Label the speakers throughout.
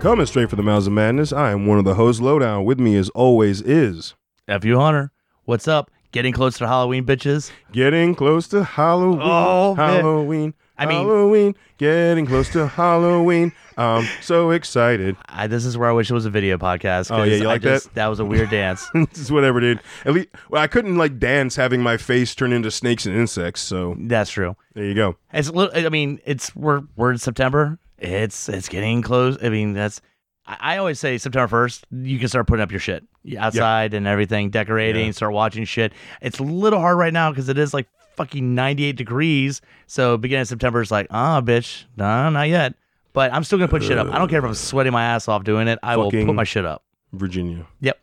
Speaker 1: Coming straight from the Mouths of Madness, I am one of the hosts, Lowdown. With me, as always, is
Speaker 2: F.U. Hunter, what's up? Getting close to Halloween, bitches.
Speaker 1: getting close to Halloween.
Speaker 2: Oh, man.
Speaker 1: Halloween.
Speaker 2: I mean-
Speaker 1: Halloween, getting close to Halloween. I'm so excited.
Speaker 2: I, this is where I wish it was a video podcast.
Speaker 1: Oh, yeah,
Speaker 2: 'cause
Speaker 1: you
Speaker 2: I
Speaker 1: like
Speaker 2: just-
Speaker 1: that?
Speaker 2: That was a weird dance.
Speaker 1: It's whatever, dude. At least well, I couldn't like dance having my face turn into snakes and insects. So
Speaker 2: That's true.
Speaker 1: there you go.
Speaker 2: It's a little. I mean, it's we're we're in September. It's it's getting close. I mean, that's. I, I always say September first, you can start putting up your shit You outside and everything, decorating, start watching shit. It's a little hard right now because it is like fucking ninety eight degrees. So beginning of September is like, ah, bitch, nah, not yet. But I'm still gonna put shit up. I don't care if I'm sweating my ass off doing it. I will
Speaker 1: Fucking-
Speaker 2: put my shit up.
Speaker 1: Virginia.
Speaker 2: Yep.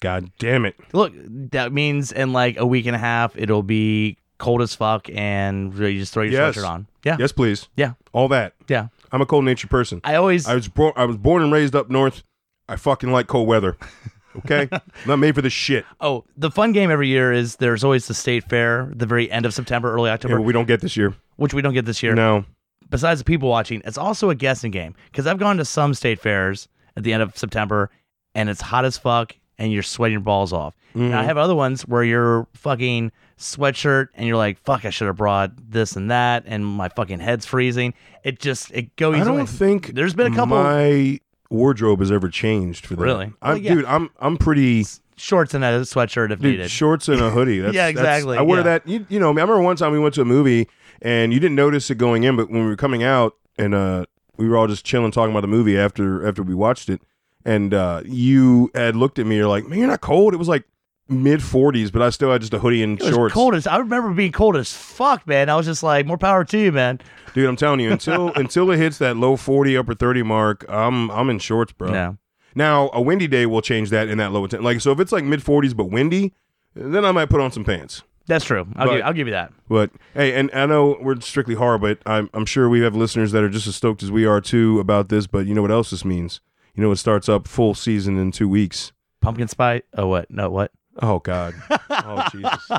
Speaker 1: God damn it.
Speaker 2: Look, that means in like a week and a half, it'll be cold as fuck, and you just throw your
Speaker 1: Yes.
Speaker 2: sweatshirt on. Yeah,
Speaker 1: Yes, please.
Speaker 2: yeah,
Speaker 1: All that.
Speaker 2: yeah.
Speaker 1: I'm a cold nature person.
Speaker 2: I always
Speaker 1: I was born. I was born and raised up north. I fucking like cold weather. Okay, not made for this shit.
Speaker 2: Oh, the fun game every year is there's always the state fair, the very end of September, early
Speaker 1: Yeah,
Speaker 2: October,
Speaker 1: but we don't get this year.
Speaker 2: which we don't get this year.
Speaker 1: No.
Speaker 2: Besides the people watching, it's also a guessing game because I've gone to some state fairs at the end of September and it's hot as fuck and you're sweating your balls off. And
Speaker 1: Mm-hmm.
Speaker 2: I have other ones where you're fucking sweatshirt and you're like, fuck, I should have brought this and that and my fucking head's freezing. It just, it goes.
Speaker 1: I
Speaker 2: away.
Speaker 1: don't think
Speaker 2: There's been a couple-
Speaker 1: My wardrobe has ever changed for that.
Speaker 2: Really?
Speaker 1: I'm,
Speaker 2: Well, yeah.
Speaker 1: dude. I'm I'm pretty.
Speaker 2: shorts and a sweatshirt if
Speaker 1: Dude,
Speaker 2: needed.
Speaker 1: shorts and a hoodie. That's,
Speaker 2: Yeah,
Speaker 1: that's-
Speaker 2: exactly,
Speaker 1: I wear
Speaker 2: yeah.
Speaker 1: that. You, you know, I remember one time we went to a movie and you didn't notice it going in, but when we were coming out and uh, we were all just chilling talking about the movie after after we watched it, and uh, you had looked at me. You're like, man, you're not cold. It was like mid 40s, but I still had just a hoodie and
Speaker 2: it was
Speaker 1: shorts.
Speaker 2: cold as, I remember being cold as fuck, man. I was just like, more power to you, man.
Speaker 1: Dude, I'm telling you, until until it hits that low 40, upper 30 mark, I'm I'm in shorts, bro.
Speaker 2: No.
Speaker 1: Now a windy day will change that in that low ten. Like so, if it's like mid 40s but windy, then I might put on some pants.
Speaker 2: That's true. I'll,
Speaker 1: But-
Speaker 2: give, I'll give you that.
Speaker 1: But hey, and I know we're strictly horror, but I'm I'm sure we have listeners that are just as stoked as we are too about this. But you know what else this means? You know it starts up full season in two weeks.
Speaker 2: Pumpkin spice. Oh, what? No, what?
Speaker 1: Oh God. oh Jesus.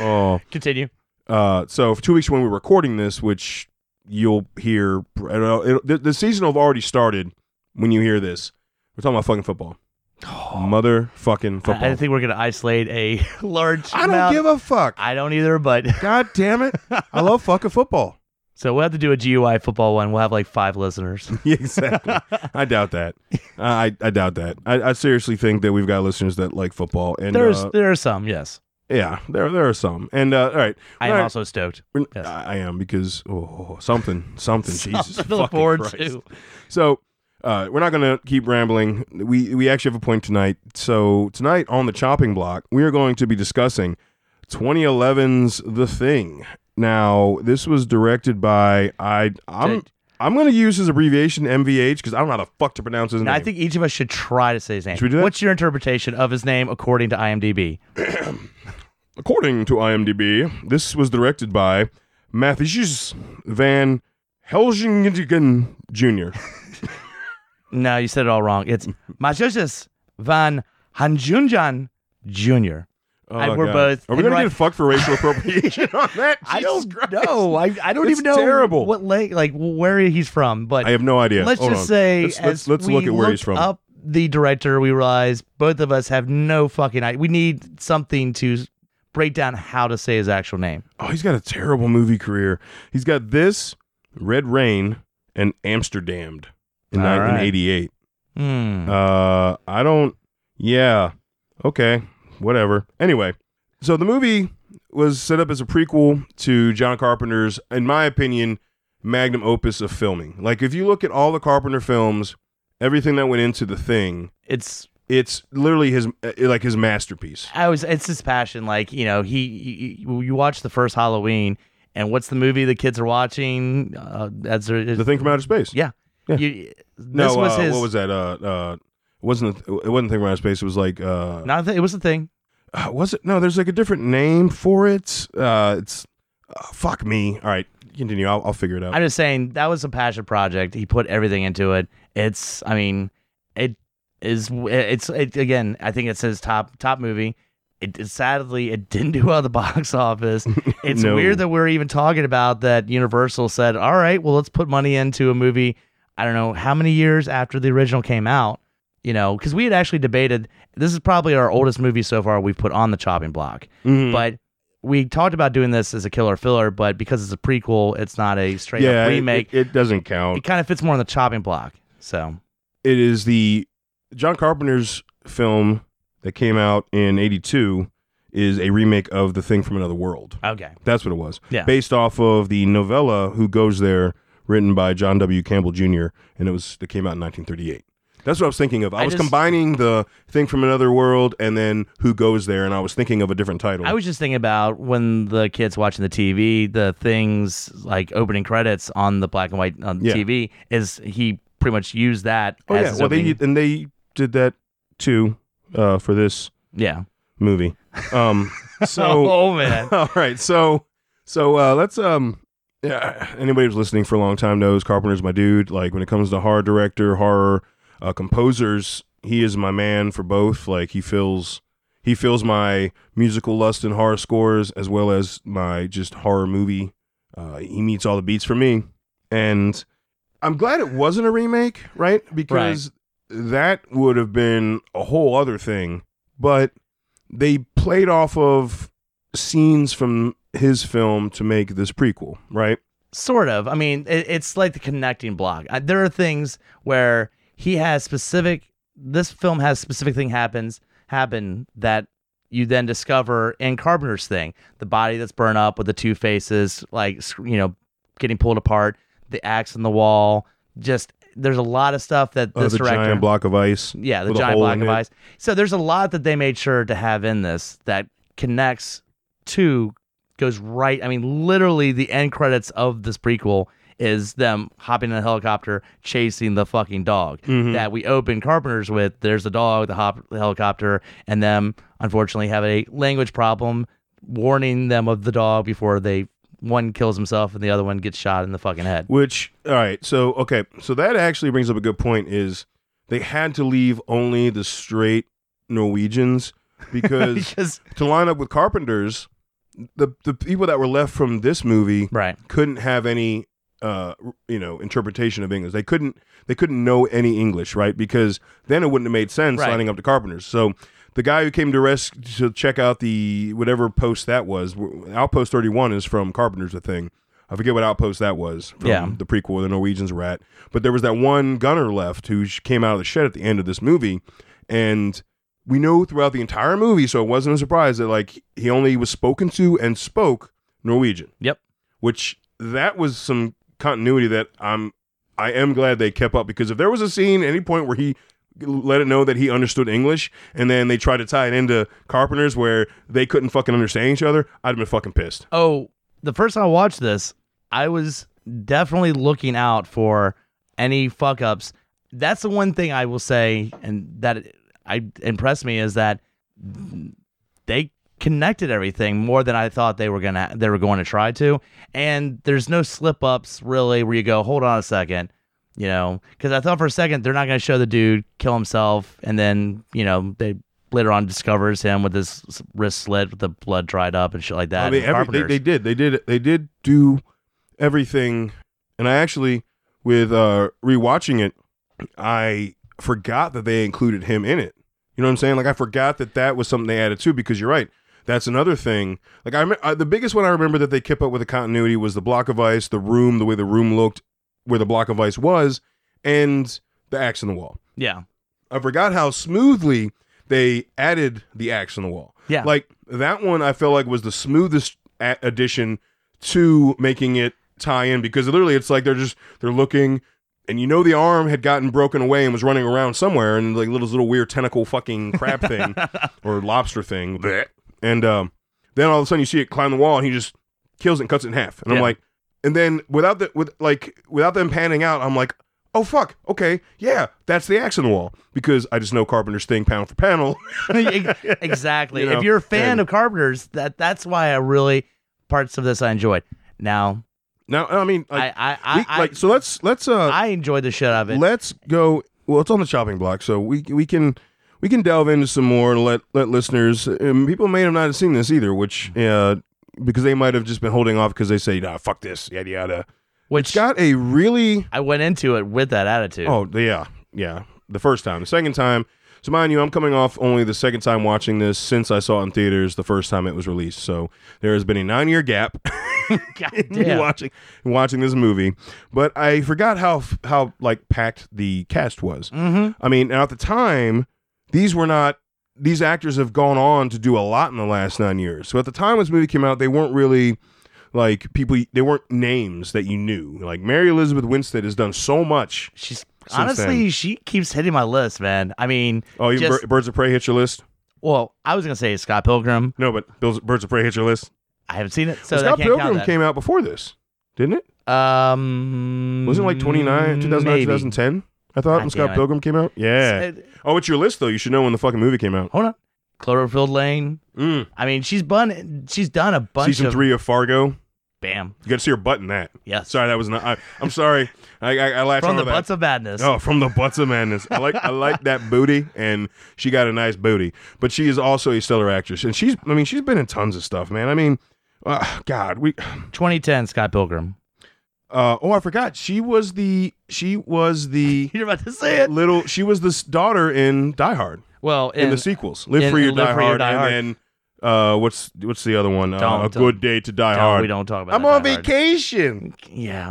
Speaker 1: Oh.
Speaker 2: Continue.
Speaker 1: Uh. So for two weeks when we're recording this, which you'll hear, I don't know, it, the, the season will have already started when you hear this. We're talking about fucking football. Motherfucking
Speaker 2: Oh. I, I
Speaker 1: football.
Speaker 2: didn't think we are going to isolate a large.
Speaker 1: I don't
Speaker 2: amount.
Speaker 1: give a fuck.
Speaker 2: I don't either. But
Speaker 1: God damn it. I love fucking football.
Speaker 2: so we'll have to do a GUI football one. We'll have like five listeners.
Speaker 1: Yeah, exactly. I doubt that. I, I doubt that. I, I seriously think that we've got listeners that like football. And
Speaker 2: There's
Speaker 1: uh,
Speaker 2: there are some. Yes,
Speaker 1: yeah, there there are some. And uh, all right,
Speaker 2: I am
Speaker 1: All right.
Speaker 2: also stoked.
Speaker 1: We're-
Speaker 2: Yes.
Speaker 1: I I am because oh something something Jesus
Speaker 2: Something to look
Speaker 1: fucking
Speaker 2: forward
Speaker 1: Christ.
Speaker 2: to.
Speaker 1: So uh, we're not gonna keep rambling. We we actually have a point tonight. So tonight on the chopping block, we are going to be discussing 2011's The Thing. Now this was directed by I I'm.
Speaker 2: Did-
Speaker 1: I'm going to use his abbreviation MVH because I don't know how the fuck to pronounce his
Speaker 2: And
Speaker 1: name.
Speaker 2: I think each of us should try to say his name.
Speaker 1: Should we do that?
Speaker 2: What's your interpretation of his name according to IMDb?
Speaker 1: According to IMDb, this was directed by Matthews Van Helsingen Jr.
Speaker 2: No, you said it all wrong. It's Majusis Van Hanjunjan Jr.
Speaker 1: Oh,
Speaker 2: I- we're
Speaker 1: God.
Speaker 2: both
Speaker 1: Are we gonna
Speaker 2: right-
Speaker 1: get fucked for racial appropriation on that?
Speaker 2: I
Speaker 1: Jesus
Speaker 2: don't
Speaker 1: Christ.
Speaker 2: know. I, I don't
Speaker 1: It's
Speaker 2: even know
Speaker 1: terrible.
Speaker 2: what lake like where he's from. But
Speaker 1: I have no idea.
Speaker 2: let's
Speaker 1: Hold
Speaker 2: just
Speaker 1: on.
Speaker 2: say
Speaker 1: let's,
Speaker 2: as
Speaker 1: let's, let's
Speaker 2: we
Speaker 1: look at where he's from.
Speaker 2: looked Up the director, we realize both of us have no fucking idea. We need something to break down how to say his actual name.
Speaker 1: Oh, he's got a terrible movie career. He's got this, Red Rain, and Amsterdammed in
Speaker 2: All right.
Speaker 1: 1988.
Speaker 2: Hmm.
Speaker 1: Uh, I don't. Yeah. Okay. Whatever. Anyway, so the movie was set up as a prequel to John Carpenter's, in my opinion, magnum opus of filming. Like, if you look at all the Carpenter films, everything that went into the thing,
Speaker 2: it's
Speaker 1: it's literally his uh, like his masterpiece.
Speaker 2: I was it's his passion. Like you know, he, he- you watch the first Halloween And what's the movie the kids are watching? Uh, that's their,
Speaker 1: The thing from outer space.
Speaker 2: Yeah.
Speaker 1: Yeah.
Speaker 2: You,
Speaker 1: No,
Speaker 2: this was
Speaker 1: uh,
Speaker 2: his.
Speaker 1: what was that? Uh, uh, it wasn't it wasn't the thing from outer space? It was like uh,
Speaker 2: Not a thing- it was a thing.
Speaker 1: uh, was it? No, there's like a different name for it. Uh, it's uh, fuck me. All right, continue. I'll, I'll figure it out.
Speaker 2: I'm just saying that was a passion project. He put everything into it. It's, I mean, it is. It's it, again. I think it's his top top movie. It, it- sadly it didn't do well at the box office. It's
Speaker 1: No.
Speaker 2: weird that we're even talking about that. Universal said, "All right, well, let's put money into a movie." I don't know how many years after the original came out. You know, because we had actually debated. This is probably our oldest movie so far we've put on the chopping block.
Speaker 1: Mhm.
Speaker 2: But we talked about doing this as a killer filler, but because it's a prequel, it's not a straight
Speaker 1: yeah,
Speaker 2: up
Speaker 1: it-
Speaker 2: remake. It,
Speaker 1: It, it doesn't count.
Speaker 2: kind of fits more on the chopping block. So
Speaker 1: it is the John Carpenter's film that came out in 82 is a remake of The Thing from Another World.
Speaker 2: okay,
Speaker 1: That's what it was.
Speaker 2: Yeah.
Speaker 1: Based off of the novella Who Goes There written by John W. Campbell Jr. and it was it came out in 1938. That's what I was thinking of. I,
Speaker 2: I
Speaker 1: was
Speaker 2: just-
Speaker 1: combining The Thing from Another World and then Who Goes There and I was thinking of a different title.
Speaker 2: I was just thinking about when the kids watching the TV, the things like opening credits on the black and white on
Speaker 1: Yeah.
Speaker 2: TV is he pretty much used that.
Speaker 1: oh
Speaker 2: as
Speaker 1: yeah,
Speaker 2: his
Speaker 1: well they
Speaker 2: opening-
Speaker 1: and they did that too uh, for this
Speaker 2: yeah.
Speaker 1: movie. Um so
Speaker 2: oh man,
Speaker 1: All right, so so uh, let's um. Yeah, anybody who's listening for a long time knows Carpenter's my dude. Like when it comes to horror director, horror uh, composers, he is my man for both. Like he fills he fills my musical lust and horror scores as well as my just horror movie. Uh, he meets all the beats for me, and I'm glad it wasn't a remake, right? Because that would have been a whole other thing. But they played off of scenes from his film to make this prequel, right?
Speaker 2: sort of. I mean, it, it's like the connecting block. I, there are things where he has specific. This film has specific thing happens happen that you then discover in Carpenter's thing, the body that's burned up with the two faces, like sc- you know, getting pulled apart, the axe in the wall. Just there's a lot of stuff that
Speaker 1: Uh,
Speaker 2: this
Speaker 1: the
Speaker 2: director,
Speaker 1: giant block of ice.
Speaker 2: yeah, the
Speaker 1: with a
Speaker 2: giant
Speaker 1: hole
Speaker 2: block
Speaker 1: in
Speaker 2: of
Speaker 1: it.
Speaker 2: ice. So there's a lot that they made sure to have in this that connects to goes right. I mean, literally the end credits of this prequel is them hopping in a helicopter chasing the fucking dog
Speaker 1: Mhm.
Speaker 2: that we open Carpenters with. There's the dog, the hop, the helicopter, and them unfortunately have a language problem, warning them of the dog before they one kills himself and the other one gets shot in the fucking head.
Speaker 1: Which, all right, so okay, so that actually brings up a good point. Is they had to leave only the straight Norwegians because
Speaker 2: Because
Speaker 1: to line up with Carpenter's, the the people that were left from this movie
Speaker 2: right,
Speaker 1: couldn't have any uh you know interpretation of english they couldn't they couldn't know any english right because then it wouldn't have made sense
Speaker 2: Right.
Speaker 1: lining up the carpenters so the guy who came to rest to check out the whatever post that was w- outpost 31 is from carpenters a thing i forget what outpost that was from
Speaker 2: Yeah.
Speaker 1: the prequel the norwegians were at but there was that one gunner left who sh- came out of the shed at the end of this movie and we know throughout the entire movie so it wasn't a surprise that like he only was spoken to and spoke norwegian
Speaker 2: Yep.
Speaker 1: which that was some continuity that i'm i am glad they kept up because if there was a scene any point where he let it know that he understood english and then they tried to tie it into carpenters where they couldn't fucking understand each other i'd have been fucking pissed
Speaker 2: Oh, the first time I watched this, I was definitely looking out for any fuck ups. That's the one thing I will say, and that I impressed me is that they connected everything more than I thought they were gonna they were going to try to. And there's no slip ups really where you go, hold on a second, you know, because I thought for a second they're not gonna show the dude kill himself and then you know they later on discovers him with his wrist slit with the blood dried up and shit like that.
Speaker 1: I mean,
Speaker 2: and
Speaker 1: every, they,
Speaker 2: Carpenter's.
Speaker 1: they did. They did. They did do everything. And I actually, with uh rewatching it, I forgot that they included him in it. You know what I'm saying? Like I forgot that that was something they added too. Because you're right. That's another thing. Like I, rem- I the biggest one I remember that they kept up with the continuity was the block of ice, the room, the way the room looked, where the block of ice was, and the axe in the wall.
Speaker 2: yeah,
Speaker 1: I forgot how smoothly they added the axe on the wall.
Speaker 2: Yeah.
Speaker 1: Like that one I feel like was the smoothest a- addition to making it tie in because literally it's like they're just they're looking and you know the arm had gotten broken away and was running around somewhere and like little little weird tentacle fucking crab thing or lobster thing. Blech. And um then all of a sudden you see it climb the wall and he just kills it and cuts it in half. And I'm
Speaker 2: Yeah.
Speaker 1: like, and then without the with like without them panning out, I'm like, oh fuck, okay, yeah, that's the axe in the wall because I just know Carpenter's thing pound for panel.
Speaker 2: exactly.
Speaker 1: You know,
Speaker 2: if you're a fan
Speaker 1: and-
Speaker 2: of Carpenters, that that's why I really parts of this I enjoyed. Now,
Speaker 1: now I mean, like,
Speaker 2: I I
Speaker 1: we-
Speaker 2: I,
Speaker 1: like so let's let's uh
Speaker 2: I, I enjoyed the shit out of it.
Speaker 1: let's go. Well, it's on the chopping block, so we we can we can delve into some more and let let listeners and people may have not have seen this either, which uh, because they might have just been holding off because they say nah, fuck this, yada yada. It's
Speaker 2: which
Speaker 1: got a really
Speaker 2: I went into it with that attitude.
Speaker 1: oh yeah yeah the first time, the second time. So mind you, I'm coming off only the second time watching this since I saw it in theaters the first time it was released. So there has been a nine year gap.
Speaker 2: God
Speaker 1: in
Speaker 2: damn.
Speaker 1: watching watching this movie. But I forgot how how like packed the cast was.
Speaker 2: Mhm.
Speaker 1: I mean, now at the time, these were not these actors have gone on to do a lot in the last nine years. So at the time this movie came out, they weren't really like people. They weren't names that you knew. Like Mary Elizabeth Winstead has done so much.
Speaker 2: She's
Speaker 1: Since
Speaker 2: honestly, she keeps hitting my list, man. I mean,
Speaker 1: Oh, even
Speaker 2: Just-
Speaker 1: Bir- Birds of Prey hit your list?
Speaker 2: well, I was gonna say Scott Pilgrim.
Speaker 1: No, but Bills- Birds of Prey hit your list.
Speaker 2: I haven't seen it, so
Speaker 1: Well,
Speaker 2: that
Speaker 1: Scott
Speaker 2: can't
Speaker 1: Pilgrim
Speaker 2: count. That.
Speaker 1: came out before this, didn't it?
Speaker 2: um,
Speaker 1: Wasn't it like 29, 2009,
Speaker 2: maybe.
Speaker 1: 2010? I thought
Speaker 2: God
Speaker 1: when Scott
Speaker 2: damn it.
Speaker 1: Pilgrim came out. Yeah.
Speaker 2: Uh,
Speaker 1: Oh, it's your list though. You should know when the fucking movie came out.
Speaker 2: Hold on, Cloverfield Lane.
Speaker 1: Mm.
Speaker 2: I mean, she's bun. She's done a bunch
Speaker 1: Season
Speaker 2: of
Speaker 1: three of Fargo. You
Speaker 2: bam.
Speaker 1: got to see her butt in that.
Speaker 2: Yes,
Speaker 1: Sorry, that was not. I, I'm sorry. I, I, I laughed
Speaker 2: from
Speaker 1: over
Speaker 2: the
Speaker 1: that.
Speaker 2: butts of madness.
Speaker 1: Oh, from the butts of madness. I like I like that booty, and she got a nice booty. But she is also a stellar actress, and she's I mean she's been in tons of stuff, man. I mean, uh, God, we.
Speaker 2: 2010, Scott Pilgrim.
Speaker 1: Uh, oh, I forgot. She was the she was the
Speaker 2: You're about to say it.
Speaker 1: little. She was the s- daughter in Die Hard
Speaker 2: Well,
Speaker 1: in
Speaker 2: and
Speaker 1: the sequels, Live
Speaker 2: in-
Speaker 1: Free or
Speaker 2: in Live
Speaker 1: Die
Speaker 2: Free or
Speaker 1: Hard,
Speaker 2: Die Hard.
Speaker 1: and then uh, what's what's the other one?
Speaker 2: Don't-
Speaker 1: uh, a
Speaker 2: don't-
Speaker 1: Good Day to Die
Speaker 2: no,
Speaker 1: Hard.
Speaker 2: we don't talk about.
Speaker 1: I'm
Speaker 2: that
Speaker 1: on
Speaker 2: hard.
Speaker 1: vacation.
Speaker 2: Yeah,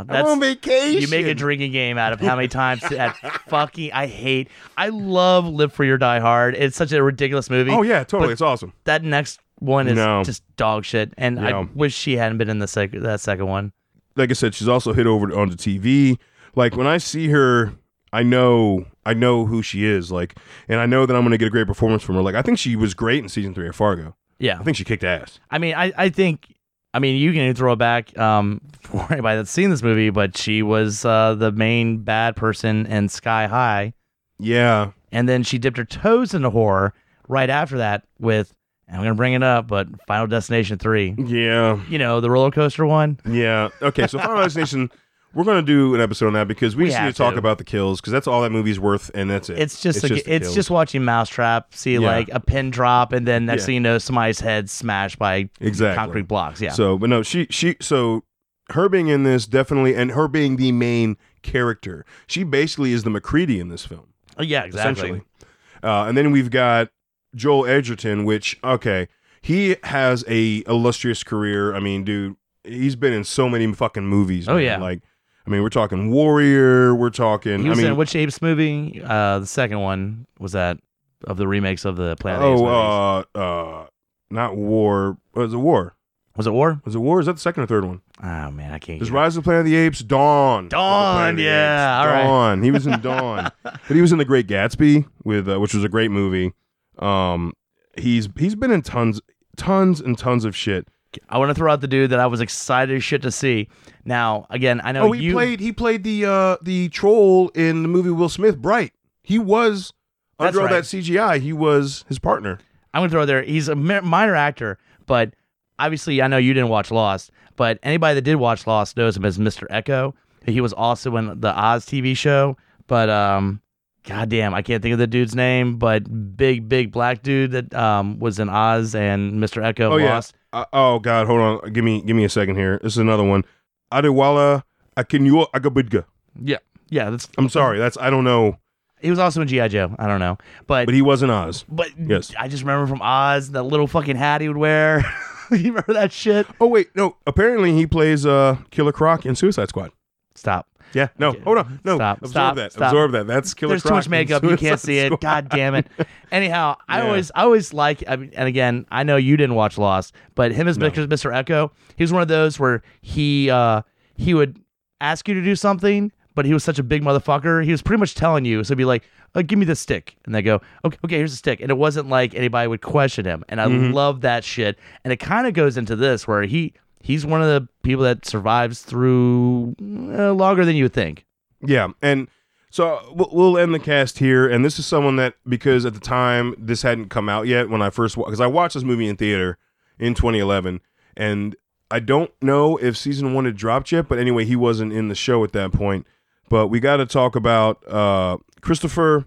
Speaker 1: I'm on
Speaker 2: that's
Speaker 1: vacation.
Speaker 2: you make a drinking game out of how many times that fucking I hate. I love Live Free or Die Hard. It's such a ridiculous movie.
Speaker 1: Oh yeah, totally.
Speaker 2: But-
Speaker 1: it's awesome.
Speaker 2: That next one is
Speaker 1: No.
Speaker 2: just dog shit, and I
Speaker 1: Yeah.
Speaker 2: wish she hadn't been in the sec- that second one.
Speaker 1: Like I said, she's also hit over onto TV. Like when I see her, I know I know who she is. Like, and I know that I'm gonna get a great performance from her. Like I think she was great in season three of Fargo.
Speaker 2: Yeah,
Speaker 1: I think she kicked ass.
Speaker 2: I mean, I, I think, I mean, you can throw it back um, for anybody that's seen this movie, but she was uh, the main bad person in Sky High,
Speaker 1: Yeah.
Speaker 2: and then she dipped her toes into horror right after that with, and I'm gonna bring it up, but Final Destination Three.
Speaker 1: Yeah.
Speaker 2: You know, the roller coaster one.
Speaker 1: Yeah. Okay. So Final Destination, we're gonna do an episode on that because we,
Speaker 2: We
Speaker 1: just need to
Speaker 2: have
Speaker 1: talk
Speaker 2: to.
Speaker 1: about the kills because that's all that movie's worth, and that's it.
Speaker 2: It's just
Speaker 1: It's
Speaker 2: a,
Speaker 1: just the
Speaker 2: it's
Speaker 1: kills.
Speaker 2: just watching Mousetrap see
Speaker 1: Yeah.
Speaker 2: like a pin drop, and then next
Speaker 1: Yeah.
Speaker 2: thing you know, somebody's head smashed by
Speaker 1: exactly
Speaker 2: concrete blocks. Yeah,
Speaker 1: So, but no, she she so her being in this definitely, and her being the main character, she basically is the McCready in this film,
Speaker 2: Oh, yeah, exactly.
Speaker 1: essentially. Uh, and then we've got Joel Edgerton, which okay, he has a illustrious career. I mean, dude, he's been in so many fucking movies.
Speaker 2: Oh,
Speaker 1: man.
Speaker 2: yeah.
Speaker 1: like I mean, we're talking Warrior, we're talking.
Speaker 2: He
Speaker 1: I
Speaker 2: was
Speaker 1: mean,
Speaker 2: in which apes movie? Uh, the second one was that of the remakes of the Planet of the Apes
Speaker 1: oh,
Speaker 2: movies.
Speaker 1: uh, uh, not War. Was it War?
Speaker 2: was it War?
Speaker 1: Was it War? Is that the second or third one?
Speaker 2: Oh man, I can't.
Speaker 1: Is
Speaker 2: get-
Speaker 1: Rise of the Planet of the Apes Dawn? Of
Speaker 2: Dawn,
Speaker 1: the Planet of the
Speaker 2: yeah,
Speaker 1: Apes.
Speaker 2: all right.
Speaker 1: Dawn. He was in Dawn, but he was in The Great Gatsby with, uh, which was a great movie. Um, he's he's been in tons, tons and tons of shit.
Speaker 2: I want to throw out the dude that I was excited as shit to see. Now, again, I know
Speaker 1: oh, he
Speaker 2: you.
Speaker 1: played he played the uh the troll in the movie Will Smith Bright. He was
Speaker 2: That's
Speaker 1: under all
Speaker 2: right.
Speaker 1: that CGI. He was his partner.
Speaker 2: I'm gonna throw it there. He's a mi- minor actor, but obviously, I know you didn't watch Lost, but anybody that did watch Lost knows him as Mr. Echo. He was also in the Oz TV show, but um, goddamn, I can't think of the dude's name, but big, big black dude that um was in Oz and Mr. Echo
Speaker 1: Oh, yeah.
Speaker 2: Lost.
Speaker 1: Uh, oh God, hold on. Give me give me a second here. This is another one. Adewala Akinyo Agabidga.
Speaker 2: Yeah, that's.
Speaker 1: I'm sorry. That's I don't know,
Speaker 2: He was also in GI Joe. I don't know, but
Speaker 1: but he was in Oz.
Speaker 2: But
Speaker 1: Yes.
Speaker 2: I just remember from Oz that little fucking hat he would wear. you remember that shit?
Speaker 1: Oh wait, no. Apparently he plays uh Killer Croc in Suicide Squad.
Speaker 2: Stop.
Speaker 1: Yeah. No.
Speaker 2: Okay.
Speaker 1: Hold on. No.
Speaker 2: Stop,
Speaker 1: Absorb
Speaker 2: stop,
Speaker 1: that.
Speaker 2: stop.
Speaker 1: Absorb that. That's Killer
Speaker 2: There's
Speaker 1: Croc.
Speaker 2: too much
Speaker 1: in
Speaker 2: makeup. You
Speaker 1: Suicide
Speaker 2: can't see it.
Speaker 1: Squad.
Speaker 2: God damn it. Anyhow, I
Speaker 1: Yeah.
Speaker 2: always, I always like. I mean, and again, I know you didn't watch Lost, but him as
Speaker 1: No.
Speaker 2: Mr. Mr. Echo, he was one of those where he, uh, he would ask you to do something, but he was such a big motherfucker. He was pretty much telling you. So he'd be like, oh, "Give me the stick," and they go, "Okay, okay, here's the stick." And it
Speaker 1: Mm-hmm.
Speaker 2: wasn't like anybody would question him, and I love that shit. And it kind of goes into this where he he's one of the people that survives through uh, longer than you would think.
Speaker 1: Yeah, and so we'll- we'll end the cast here. And this is someone that because at the time this hadn't come out yet when I first because I watched this movie in theater in 2011, and I don't know if season one had dropped yet. But anyway, he wasn't in the show at that point. But we got to talk about uh, Christopher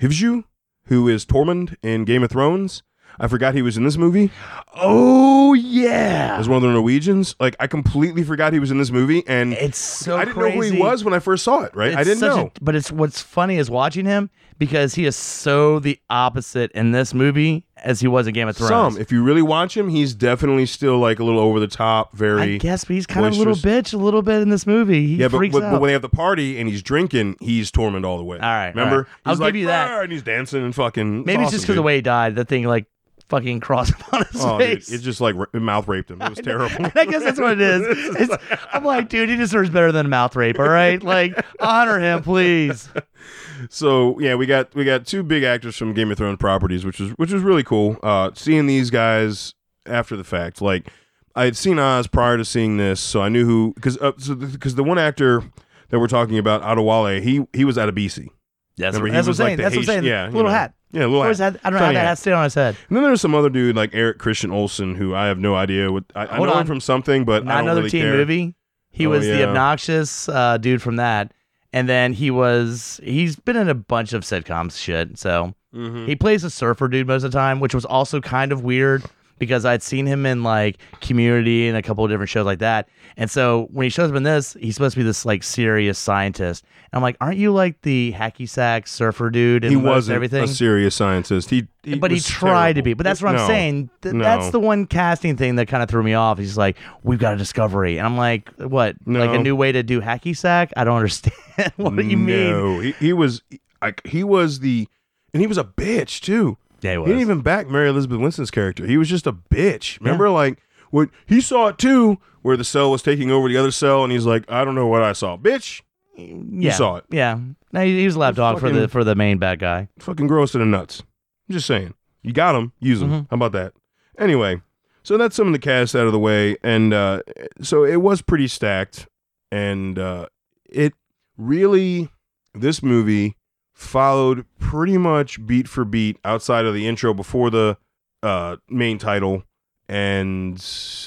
Speaker 1: Hivju, who is Tormund in Game of Thrones. I forgot he was in this movie
Speaker 2: Oh yeah,
Speaker 1: as one of the Norwegians. Like I completely forgot he was in this movie, and
Speaker 2: it's so.
Speaker 1: I didn't
Speaker 2: crazy.
Speaker 1: know who he was when I first saw it. Right, I
Speaker 2: It's
Speaker 1: didn't
Speaker 2: such a-
Speaker 1: know.
Speaker 2: but it's what's funny is watching him because he is so the opposite in this movie as he was in Game of Thrones.
Speaker 1: Some. If you really watch him, he's definitely still like a little over the top,
Speaker 2: I
Speaker 1: very.
Speaker 2: guess, but he's kind of a little bitch, a little bit in this movie. He
Speaker 1: yeah, but,
Speaker 2: freaks
Speaker 1: but,
Speaker 2: out.
Speaker 1: but when they have the party and he's drinking, he's tormented all the way.
Speaker 2: All right,
Speaker 1: Remember?
Speaker 2: all right. I'll
Speaker 1: He's
Speaker 2: give
Speaker 1: like,
Speaker 2: you that.
Speaker 1: "Rah," And he's dancing and fucking.
Speaker 2: Maybe it's
Speaker 1: awesome,
Speaker 2: just because the
Speaker 1: dude.
Speaker 2: way he died, that thing like fucking crossed upon his
Speaker 1: Oh, dude,
Speaker 2: face.
Speaker 1: it just like ra- mouth raped him. It was terrible.
Speaker 2: I guess that's what it is. It's, I'm like, dude, he deserves better than a mouth rape. All right, like honor him, please.
Speaker 1: so yeah, we got we got two big actors from Game of Thrones properties, which is which is really cool. Uh, seeing these guys after the fact, like I had seen Oz prior to seeing this, so I knew who because uh, so because the one actor that we're talking about, Adewale, he he was out of BC.
Speaker 2: That's,
Speaker 1: Remember,
Speaker 2: what,
Speaker 1: he
Speaker 2: that's what I'm
Speaker 1: was like
Speaker 2: saying.
Speaker 1: the
Speaker 2: that's what I'm
Speaker 1: Haitian-
Speaker 2: saying.
Speaker 1: yeah, you
Speaker 2: little
Speaker 1: know.
Speaker 2: hat.
Speaker 1: Yeah, little
Speaker 2: Always
Speaker 1: hat.
Speaker 2: had- I don't know how
Speaker 1: Funny
Speaker 2: that
Speaker 1: hat.
Speaker 2: hat stayed on his head.
Speaker 1: And then there's some other dude like Eric Christian Olsen, who I have no idea what I, I
Speaker 2: Hold
Speaker 1: know
Speaker 2: on.
Speaker 1: him from something, but I
Speaker 2: Not
Speaker 1: don't
Speaker 2: another
Speaker 1: really
Speaker 2: teen
Speaker 1: care.
Speaker 2: movie. He
Speaker 1: Oh,
Speaker 2: was the
Speaker 1: yeah.
Speaker 2: obnoxious uh, dude from that, and then he was he's been in a bunch of sitcoms shit. So
Speaker 1: Mhm.
Speaker 2: He plays a surfer dude most of the time, which was also kind of weird because I'd seen him in like Community and a couple of different shows like that. And so when he shows up in this, he's supposed to be this like serious scientist. And I'm like, aren't you like the hacky sack surfer dude? And
Speaker 1: He wasn't
Speaker 2: everything.
Speaker 1: a serious scientist. He, he
Speaker 2: but he
Speaker 1: was
Speaker 2: tried to
Speaker 1: terrible.
Speaker 2: be. But that's what I'm
Speaker 1: No.
Speaker 2: saying. Th-
Speaker 1: No.
Speaker 2: That's the one casting thing that kind of threw me off. He's like, "We've got a discovery," and I'm like, "What? Like
Speaker 1: No.
Speaker 2: a new way to do hacky sack? I don't understand. what do you mean?"
Speaker 1: No, he, he was like he was the, and he was a bitch too.
Speaker 2: Yeah, he
Speaker 1: He didn't
Speaker 2: was.
Speaker 1: even back Mary Elizabeth Winston's character. He was just a bitch. Remember, like what he saw it too, where the cell was taking over the other cell, and he's like, I don't know what I saw, bitch.
Speaker 2: yeah.
Speaker 1: saw it.
Speaker 2: Yeah. No, he, he was a lapdog for
Speaker 1: fucking-
Speaker 2: the for the main bad guy.
Speaker 1: fucking gross to the nuts. I'm just saying. You got them, use
Speaker 2: Mm-hmm.
Speaker 1: them. How about that? Anyway, so that's some of the cast out of the way, and uh, so it was pretty stacked, and uh, it really this movie followed pretty much beat for beat outside of the intro before the uh, main title, and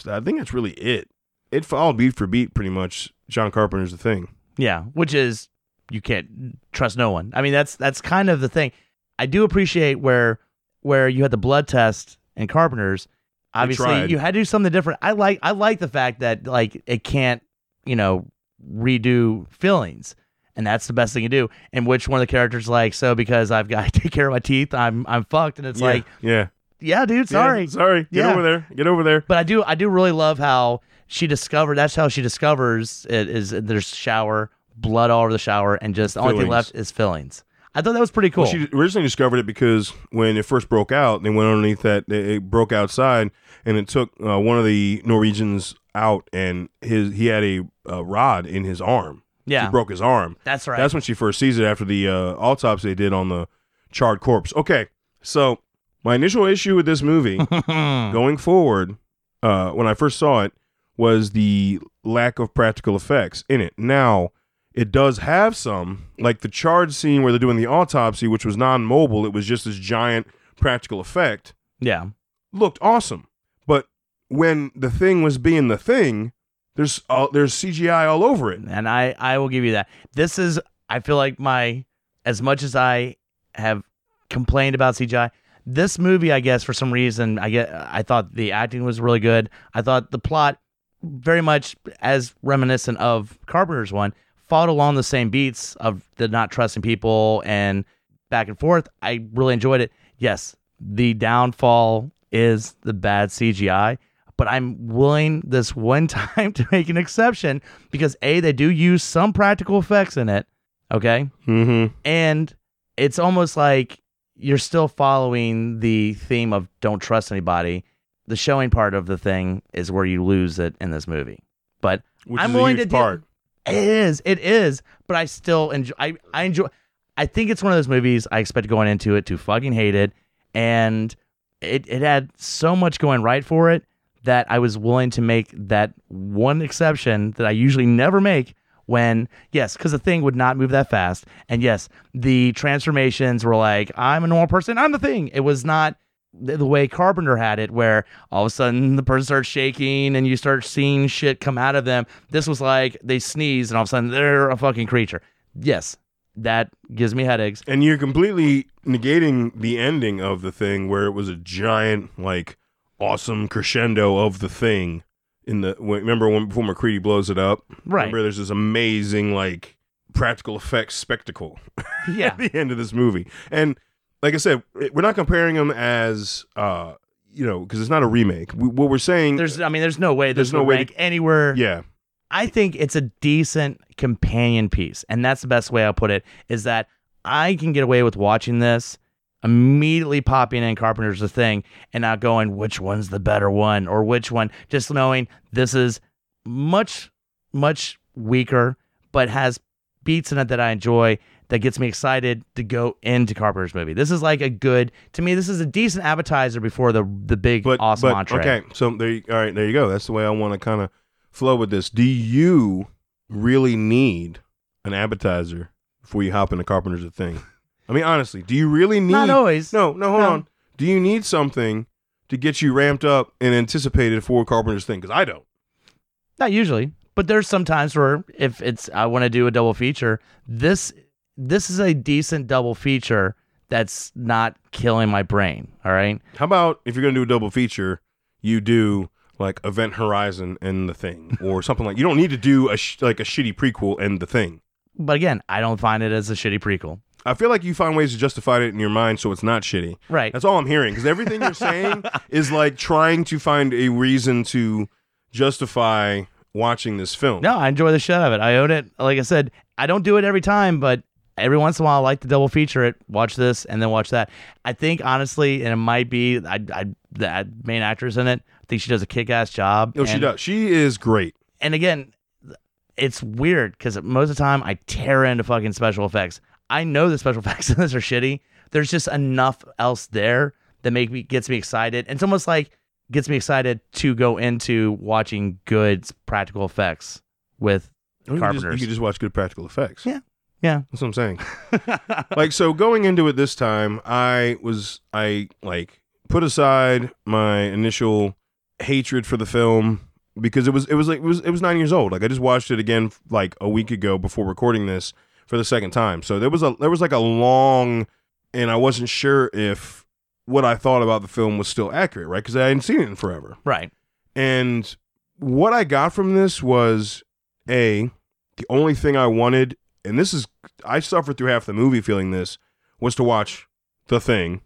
Speaker 1: I think that's really it. It followed beat for beat pretty much. John Carpenter's the thing.
Speaker 2: Yeah, which is you can't trust no one. I mean, that's that's kind of the thing. I do appreciate where where you had the blood test and carpenters. Obviously,
Speaker 1: tried.
Speaker 2: you had to do something different. I like I like the fact that like it can't you know redo feelings, and that's the best thing to do. And which one of the characters like so because I've got to take care of my teeth, I'm I'm fucked, and it's
Speaker 1: yeah.
Speaker 2: like
Speaker 1: yeah,
Speaker 2: yeah, dude,
Speaker 1: Yeah,
Speaker 2: sorry.
Speaker 1: sorry. Get
Speaker 2: Yeah.
Speaker 1: over there. Get over there.
Speaker 2: But I do I do really love how she discovered that's how she discovers it is there's shower, blood all over the shower, and just the only thing
Speaker 1: Fillings.
Speaker 2: left is fillings. I thought that was pretty cool.
Speaker 1: Well, she originally discovered it because when it first broke out, they went underneath that. It it broke outside, and it took uh, one of the Norwegians out, and his he had a uh, rod in his arm.
Speaker 2: yeah.
Speaker 1: He broke his arm.
Speaker 2: that's right.
Speaker 1: That's when she first sees it after the uh, autopsy they did on the charred corpse. Okay, so my initial issue with this movie going forward, uh, when I first saw it, was the lack of practical effects in it. Now, it does have some, like the charred scene where they're doing the autopsy, which was non mobile, it was just this giant practical effect,
Speaker 2: yeah.
Speaker 1: looked awesome. But when the thing was being the thing, there's uh, there's CGI all over it.
Speaker 2: And I I will give you that. This is I feel like my as much as I have complained about CGI, this movie I guess for some reason I get I thought the acting was really good. I thought the plot very much as reminiscent of Carpenter's one followed along the same beats of the not trusting people and back and forth. I really enjoyed it. Yes, the downfall is the bad CGI, but I'm willing this one time to make an exception because A, they do use some practical effects in it. Okay.
Speaker 1: Mm-hmm.
Speaker 2: And it's almost like you're still following the theme of don't trust anybody. The showing part of the thing is where you lose it in this movie. But
Speaker 1: Which
Speaker 2: I'm
Speaker 1: is a
Speaker 2: willing
Speaker 1: huge
Speaker 2: to do-
Speaker 1: part.
Speaker 2: it is. It is. But I still enjoy. I, I enjoy. I think it's one of those movies I expect going into it to fucking hate it, and it it had so much going right for it that I was willing to make that one exception that I usually never make when yes, because the thing would not move that fast, and yes, the transformations were like I'm a normal person, I'm the thing. It was not the, the way Carpenter had it, where all of a sudden the person starts shaking and you start seeing shit come out of them. This was like they sneeze and all of a sudden they're a fucking creature. Yes, that gives me headaches.
Speaker 1: And you're completely negating the ending of the thing where it was a giant, like, awesome crescendo of the thing. In the when- remember when before McCready blows it up,
Speaker 2: Right.
Speaker 1: Remember, there's this amazing like practical effects spectacle
Speaker 2: Yeah.
Speaker 1: at the end of this movie. And like I said, it- we're not comparing them as uh, you know, because it's not a remake. We, what we're saying,
Speaker 2: There's, I mean, there's no way
Speaker 1: There's
Speaker 2: this
Speaker 1: no
Speaker 2: would
Speaker 1: way to-
Speaker 2: rank anywhere.
Speaker 1: yeah,
Speaker 2: I think it's a decent companion piece, and that's the best way I put it. Is that I can get away with watching this, immediately popping in Carpenter's the thing, and not going which one's the better one or which one. Just knowing this is much, much weaker, but has beats in it that I enjoy. That gets me excited to go into Carpenter's movie. This is like a good to me. This is a decent appetizer before the the big
Speaker 1: but
Speaker 2: awesome
Speaker 1: but
Speaker 2: entree.
Speaker 1: okay, so there, you, all right, there you go. That's the way I want to kind of flow with this. Do you really need an appetizer before you hop into Carpenter's a thing? I mean, honestly, do you really need?
Speaker 2: Not always.
Speaker 1: No, no, hold
Speaker 2: No.
Speaker 1: on. Do you need something to get you ramped up and anticipated for Carpenter's thing? Because I don't.
Speaker 2: Not usually, but there's some times where if it's I want to do a double feature, this this is a decent double feature that's not killing my brain. All right.
Speaker 1: How about if you're gonna do a double feature, you do like Event Horizon and The Thing, or something like. You don't need to do a sh- like a shitty prequel and The Thing.
Speaker 2: But again, I don't find it as a shitty prequel.
Speaker 1: I feel like you find ways to justify it in your mind, so it's not shitty.
Speaker 2: Right.
Speaker 1: That's all I'm hearing because everything you're saying is like trying to find a reason to justify watching this film.
Speaker 2: no, I enjoy the shit out of it. I own it. Like I said, I don't do it every time, but every once in a while I like to double feature it, watch this and then watch that. I think honestly, and it might be I, I the main actress in it, I think she does a kick ass job.
Speaker 1: no, Oh, she
Speaker 2: and-
Speaker 1: does. She is great.
Speaker 2: and again, it's weird because most of the time I tear into fucking special effects. I know the special effects in this are shitty. There's just enough else there that make me gets me excited. And it's almost like gets me excited to go into watching good practical effects with
Speaker 1: You could, just, you
Speaker 2: Carpenters.
Speaker 1: could just watch good practical effects.
Speaker 2: Yeah. Yeah.
Speaker 1: That's what I'm saying. like so going into it this time i was i like put aside my initial hatred for the film because it was it was like it was it was nine years old like i just watched it again like a week ago before recording this for the second time so there was a there was like a long and i wasn't sure if what i thought about the film was still accurate right because i hadn't seen it in forever
Speaker 2: right.
Speaker 1: and what I got from this was A, the only thing I wanted, and this is, I suffered through half the movie feeling this, was to watch The Thing.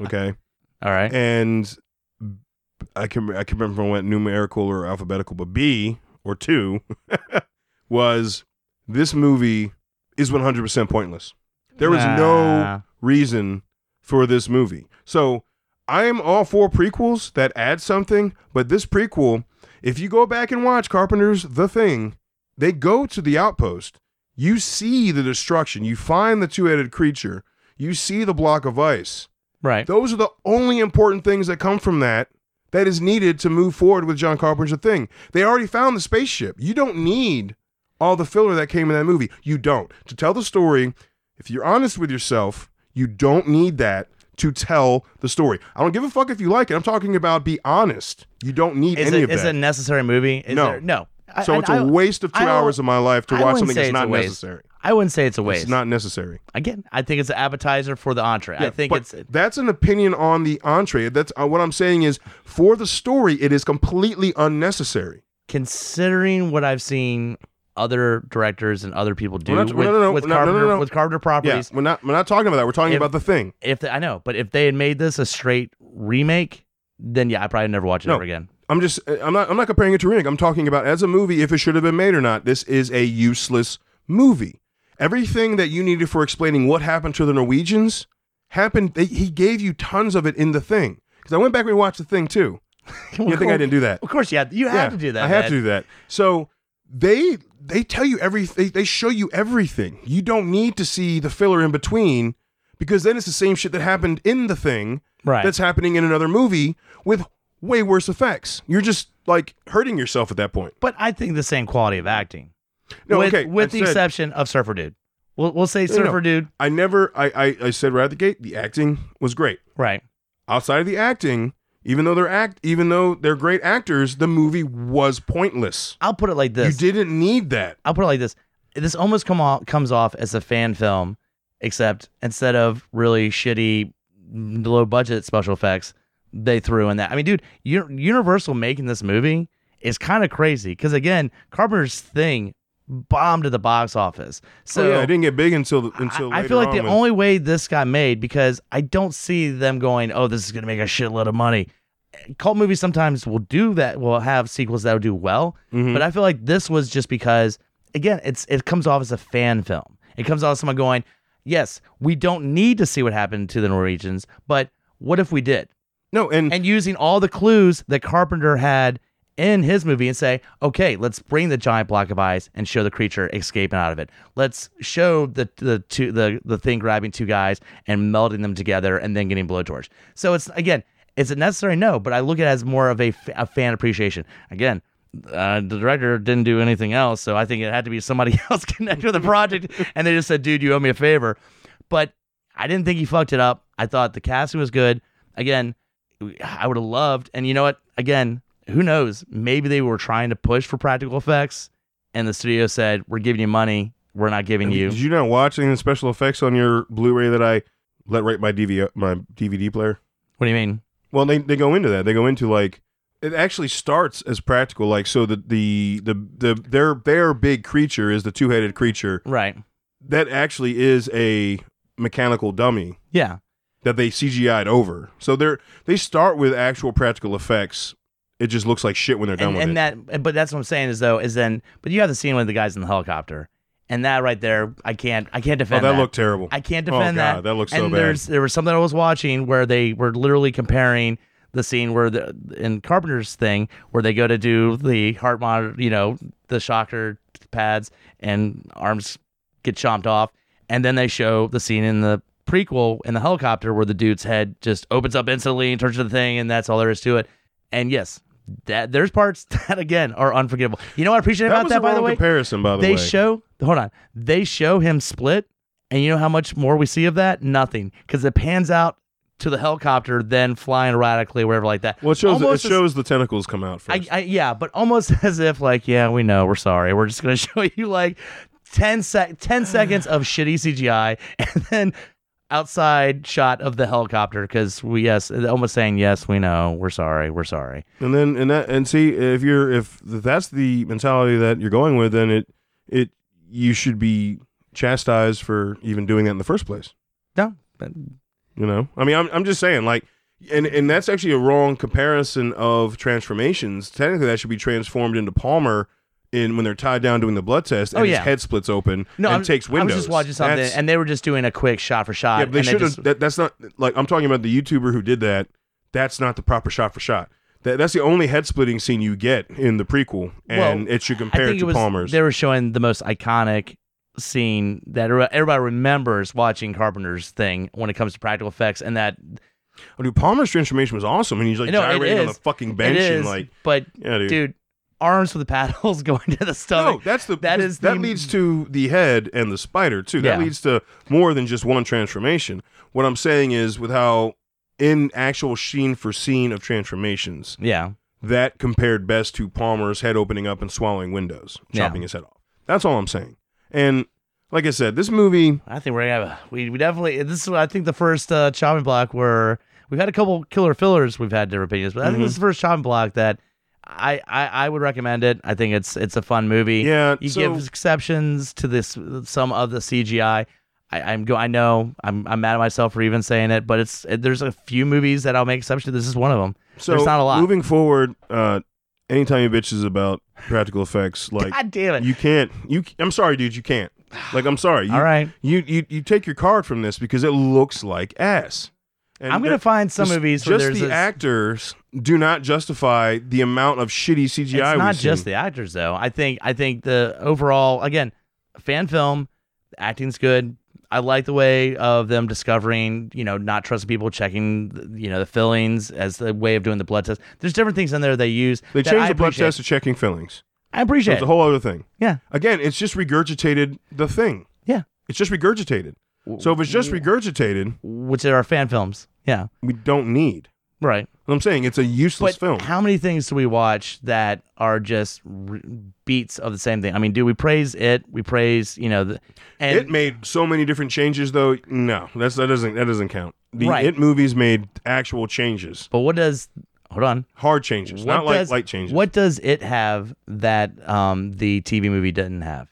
Speaker 1: Okay.
Speaker 2: All right.
Speaker 1: and I can, I can remember what numerical or alphabetical, but B or two was this movie is 100% pointless. There was no
Speaker 2: Nah.
Speaker 1: reason for this movie. So I am all for prequels that add something, but this prequel, if you go back and watch Carpenter's The Thing, they go to the outpost. You see the destruction. You find the two headed creature. You see the block of ice.
Speaker 2: right.
Speaker 1: Those are the only important things that come from that that is needed to move forward with John Carpenter's The Thing. They already found the spaceship. You don't need all the filler that came in that movie. You don't. To tell the story, if you're honest with yourself, you don't need that to tell the story. I don't give a fuck if you like it. I'm talking about be honest. You don't need
Speaker 2: Is
Speaker 1: any
Speaker 2: it
Speaker 1: of
Speaker 2: is it a
Speaker 1: that.
Speaker 2: necessary movie? Is
Speaker 1: No.
Speaker 2: There, no. I-
Speaker 1: so
Speaker 2: and
Speaker 1: it's a
Speaker 2: I-
Speaker 1: waste of two
Speaker 2: I don't-
Speaker 1: hours of my life to
Speaker 2: I
Speaker 1: watch
Speaker 2: wouldn't
Speaker 1: something
Speaker 2: say
Speaker 1: that's
Speaker 2: it's
Speaker 1: not
Speaker 2: a waste.
Speaker 1: necessary.
Speaker 2: I wouldn't say it's a waste.
Speaker 1: It's not necessary.
Speaker 2: Again, I think it's an appetizer for the entree. I
Speaker 1: Yeah,
Speaker 2: think
Speaker 1: but
Speaker 2: it's
Speaker 1: that's an opinion on the entree. That's uh, what I'm saying is for the story, it is completely unnecessary.
Speaker 2: considering what I've seen other directors and other people do
Speaker 1: We're not-
Speaker 2: with,
Speaker 1: no, no, no,
Speaker 2: with
Speaker 1: no, no,
Speaker 2: Carpenter
Speaker 1: no, no.
Speaker 2: with Carpenter properties.
Speaker 1: Yeah, we're not we're not talking about that. We're talking
Speaker 2: If-
Speaker 1: about the thing.
Speaker 2: If they, I know, but if they had made this a straight remake, then yeah, I probably never watch it
Speaker 1: No.
Speaker 2: ever again.
Speaker 1: I'm just uh, I'm not I'm not comparing it to Ring. I'm talking about as a movie if it should have been made or not. This is a useless movie. Everything that you needed for explaining what happened to the Norwegians happened. They, he gave you tons of it in the thing. Because I went back and watched the thing too. You think I didn't do that?
Speaker 2: Of course, yeah, you have to do that.
Speaker 1: I have
Speaker 2: man.
Speaker 1: to do that. So they they tell you everything. They show you everything. You don't need to see the filler in between because then it's the same shit that happened in the thing
Speaker 2: Right.
Speaker 1: that's happening in another movie with way worse effects. You're just like hurting yourself at that point.
Speaker 2: But I think the same quality of acting.
Speaker 1: No,
Speaker 2: with,
Speaker 1: okay.
Speaker 2: with
Speaker 1: I
Speaker 2: the
Speaker 1: said-
Speaker 2: exception of Surfer Dude. We'll, we'll say
Speaker 1: No,
Speaker 2: Surfer
Speaker 1: no.
Speaker 2: Dude.
Speaker 1: I never, I, I, I said right at the gate, the acting was great.
Speaker 2: Right.
Speaker 1: Outside of the acting, even though they're act, even though they're great actors, the movie was pointless.
Speaker 2: I'll put it like this.
Speaker 1: You didn't need that.
Speaker 2: I'll put it like this. This almost come off, comes off as a fan film, except instead of really shitty, low budget special effects, they threw in that. I mean, dude, U- Universal making this movie is kind of crazy because again, Carpenter's thing bombed at the box office. So
Speaker 1: oh, yeah, it didn't get big until the, until
Speaker 2: I, I
Speaker 1: later
Speaker 2: feel like
Speaker 1: on
Speaker 2: the
Speaker 1: when-
Speaker 2: only way this got made because I don't see them going, oh, this is going to make a shitload of money. Cult movies sometimes will do that, will have sequels that will do well,
Speaker 1: Mhm.
Speaker 2: but I feel like this was just because, again, it's it comes off as a fan film. It comes off as someone going, yes, we don't need to see what happened to the Norwegians, but what if we did?
Speaker 1: no, and,
Speaker 2: and using all the clues that Carpenter had in his movie and say, okay, let's bring the giant block of ice and show the creature escaping out of it. Let's show the the two the the thing grabbing two guys and melding them together and then getting blowtorch. So it's again, is it necessary? No, but I look at it as more of a, f- a fan appreciation. Again. Uh, the director didn't do anything else, so I think it had to be somebody else connected with the project, and they just said, "Dude, you owe me a favor." But I didn't think he fucked it up. I thought the casting was good. Again, I would have loved, and you know what? Again, who knows? Maybe they were trying to push for practical effects, and the studio said, "We're giving you money. We're not giving you."
Speaker 1: did you not watch any of the special effects on your Blu-ray that I let right my DV my DVD player?
Speaker 2: What do you mean?
Speaker 1: Well, they they go into that. They go into like it actually starts as practical. Like so, the the the, the their their big creature is the two headed creature
Speaker 2: Right?
Speaker 1: that actually is a mechanical dummy
Speaker 2: Yeah.
Speaker 1: that they CGI'd over. So they're they start with actual practical effects. It just looks like shit when they're done
Speaker 2: And,
Speaker 1: with
Speaker 2: and
Speaker 1: it.
Speaker 2: that, but that's what I'm saying is though is then, but you have the scene with the guys in the helicopter, and that right there, I can't, I can't
Speaker 1: oh,
Speaker 2: defend
Speaker 1: that looked terrible.
Speaker 2: I can't
Speaker 1: oh god,
Speaker 2: defend that.
Speaker 1: that, looks
Speaker 2: and
Speaker 1: so bad.
Speaker 2: there's there was something I was watching where they were literally comparing the scene where the in Carpenter's thing where they go to do the heart monitor, you know, the shocker pads and arms get chomped off, and then they show the scene in the prequel in the helicopter where the dude's head just opens up instantly and turns to the thing, and that's all there is to it. And yes, that there's parts that again are unforgivable. You know what I appreciate
Speaker 1: That
Speaker 2: about
Speaker 1: was
Speaker 2: that
Speaker 1: a
Speaker 2: by the
Speaker 1: wrong
Speaker 2: way?
Speaker 1: comparison, by the
Speaker 2: they
Speaker 1: way.
Speaker 2: show hold on they show him split and you know how much more we see of that nothing because it pans out to the helicopter then flying erratically wherever like that
Speaker 1: well, it shows it
Speaker 2: Almost as-
Speaker 1: shows the tentacles come out first.
Speaker 2: I, I, yeah but almost as if like yeah we know we're sorry we're just gonna show you like 10 sec 10 seconds of shitty cgi and then outside shot of the helicopter because we yes almost saying yes we know we're sorry we're sorry
Speaker 1: And then and that and see if you're if that's the mentality that you're going with, then it it you should be chastised for even doing that in the first place.
Speaker 2: no but-
Speaker 1: You know, I mean, I'm I'm just saying like. And, and that's actually a wrong comparison of transformations. Technically, that should be transformed into Palmer in when they're tied down doing the blood test, and
Speaker 2: Oh,
Speaker 1: his
Speaker 2: yeah.
Speaker 1: head splits open
Speaker 2: no
Speaker 1: and
Speaker 2: I'm,
Speaker 1: takes windows.
Speaker 2: I was just watching something
Speaker 1: That's-
Speaker 2: and they were just doing a quick shot for shot
Speaker 1: yeah, but they
Speaker 2: and
Speaker 1: should
Speaker 2: just,
Speaker 1: have. That, that's not like I'm talking about the YouTuber who did that. That's not the proper shot for shot. That, that's the only head splitting scene you get in the prequel, and it should
Speaker 2: I
Speaker 1: compare
Speaker 2: think
Speaker 1: it
Speaker 2: it
Speaker 1: to
Speaker 2: was,
Speaker 1: Palmer's.
Speaker 2: They were showing the most iconic scene that er- everybody remembers watching Carpenter's thing when it comes to practical effects, and that
Speaker 1: Oh, dude, Palmer's transformation was awesome, and he's like
Speaker 2: No, it
Speaker 1: gyrating on the
Speaker 2: is.
Speaker 1: fucking bench
Speaker 2: it is.
Speaker 1: and like,
Speaker 2: but
Speaker 1: yeah, dude.
Speaker 2: dude. arms with the paddles going to the
Speaker 1: no,
Speaker 2: stomach.
Speaker 1: that's the
Speaker 2: that
Speaker 1: that
Speaker 2: is
Speaker 1: is that
Speaker 2: the-
Speaker 1: leads to the head and the spider too. That
Speaker 2: Yeah.
Speaker 1: leads to more than just one transformation. What I'm saying is with how in actual scene for scene of transformations,
Speaker 2: Yeah,
Speaker 1: that compared best to Palmer's head opening up and swallowing windows,
Speaker 2: Yeah.
Speaker 1: chopping his head off. That's all I'm saying. And like I said, this movie,
Speaker 2: I think we're gonna have a, we we definitely this is I think the first uh, chopping block where we've had a couple killer fillers we've had different opinions, but I think
Speaker 1: Mm-hmm.
Speaker 2: this is the first chopping block that. I, I, I would recommend it. I think it's it's a fun movie.
Speaker 1: yeah,
Speaker 2: You
Speaker 1: so-
Speaker 2: give exceptions to this some of the CGI. I, I'm go. I know I'm I'm mad at myself for even saying it, but it's it, there's a few movies that I'll make exception. to. This is one of them.
Speaker 1: so
Speaker 2: there's not a lot.
Speaker 1: Moving forward, uh, anytime you bitches about practical effects, like
Speaker 2: God damn it!
Speaker 1: you can't, you, I'm sorry, dude, you can't. Like I'm sorry, you,
Speaker 2: All right,
Speaker 1: you, you, you take your card from this because it looks like ass. And
Speaker 2: I'm gonna
Speaker 1: that-
Speaker 2: find some
Speaker 1: just-
Speaker 2: movies where
Speaker 1: Just
Speaker 2: there's
Speaker 1: the
Speaker 2: this-
Speaker 1: actors do not justify the amount of shitty CGI.
Speaker 2: It's not
Speaker 1: we've
Speaker 2: just
Speaker 1: seen.
Speaker 2: the actors though. I think I think the overall again fan film acting's good. I like the way of them discovering, you know, not trusting people, checking, you know, the fillings as the way of doing the blood test. There's different things in there they use.
Speaker 1: They
Speaker 2: that
Speaker 1: changed
Speaker 2: I
Speaker 1: the blood
Speaker 2: appreciate.
Speaker 1: test to checking fillings.
Speaker 2: I
Speaker 1: So
Speaker 2: appreciate.
Speaker 1: it's a
Speaker 2: it.
Speaker 1: whole other thing.
Speaker 2: yeah,
Speaker 1: Again, it's just regurgitated the thing.
Speaker 2: Yeah.
Speaker 1: It's just regurgitated. So if it's just regurgitated,
Speaker 2: which are fan films. Yeah,
Speaker 1: we don't need.
Speaker 2: right.
Speaker 1: What I'm saying, it's a useless
Speaker 2: but
Speaker 1: film.
Speaker 2: How many things do we watch that are just r beats of the same thing? I mean, do we praise it? We praise, you know, the, and
Speaker 1: it made so many different changes though. No, that's that doesn't that doesn't count. The
Speaker 2: Right.
Speaker 1: It movies made actual changes,
Speaker 2: but what does? Hold on.
Speaker 1: hard changes,
Speaker 2: What
Speaker 1: not like
Speaker 2: does-
Speaker 1: light changes.
Speaker 2: What does it have that um, the TV movie didn't have?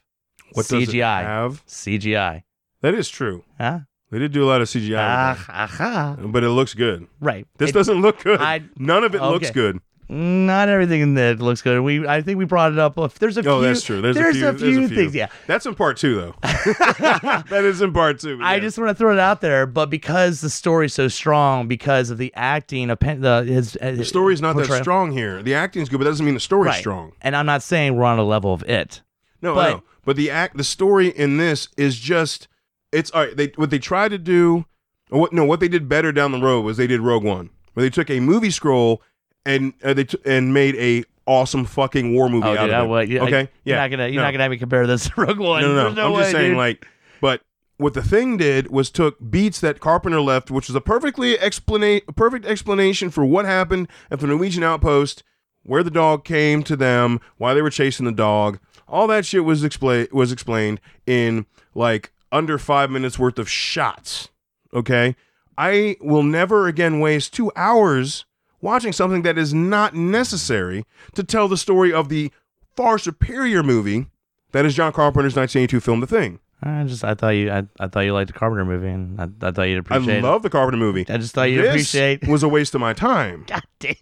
Speaker 1: What does it
Speaker 2: CGI.
Speaker 1: have?
Speaker 2: CGI.
Speaker 1: That is true.
Speaker 2: Huh?
Speaker 1: They did do a lot of CGI, with
Speaker 2: Ah, aha.
Speaker 1: that, but it looks good.
Speaker 2: Right.
Speaker 1: This
Speaker 2: It-
Speaker 1: doesn't look good.
Speaker 2: I-
Speaker 1: None of it looks
Speaker 2: okay.
Speaker 1: good.
Speaker 2: not everything in that looks good. We I think we brought it up. If there's a
Speaker 1: Oh,
Speaker 2: few,
Speaker 1: that's true. There's, a, few, there's a few.
Speaker 2: things. Yeah.
Speaker 1: that's in part two though. that is in part two.
Speaker 2: I
Speaker 1: yeah.
Speaker 2: just want to throw it out there, but because the story's so strong, because of the acting of Pen, the his uh,
Speaker 1: the story's not that strong here. The acting's good, but that doesn't mean the story's
Speaker 2: Right.
Speaker 1: strong.
Speaker 2: And I'm not saying we're on a level of it.
Speaker 1: No,
Speaker 2: But-
Speaker 1: I know. But the act, the story in this is just it's all right. They what they tried to do, or what no, what they did better down the road was they did Rogue One, where they took a movie scroll and uh, they t- and made a awesome fucking war movie
Speaker 2: Oh,
Speaker 1: out
Speaker 2: dude, I
Speaker 1: of it.
Speaker 2: would- yeah,
Speaker 1: okay,
Speaker 2: You're
Speaker 1: yeah,
Speaker 2: not gonna
Speaker 1: No.
Speaker 2: you're not gonna have me compare this to Rogue One.
Speaker 1: no, no,
Speaker 2: There's
Speaker 1: no. I'm just
Speaker 2: way,
Speaker 1: saying,
Speaker 2: dude.
Speaker 1: like, but what the thing did was took beats that Carpenter left, which was a perfectly explana- perfect explanation for what happened at the Norwegian outpost, where the dog came to them, why they were chasing the dog. All that shit was explained was explained in like under five minutes worth of shots. Okay, I will never again waste two hours watching something that is not necessary to tell the story of the far superior movie that is John Carpenter's 1982 film, The Thing.
Speaker 2: I just I thought you I, I thought you liked the Carpenter movie and I, I thought you'd
Speaker 1: I
Speaker 2: appreciate
Speaker 1: love the Carpenter movie.
Speaker 2: it. I just thought you'd
Speaker 1: this
Speaker 2: appreciate
Speaker 1: was a waste of my time.
Speaker 2: God damn.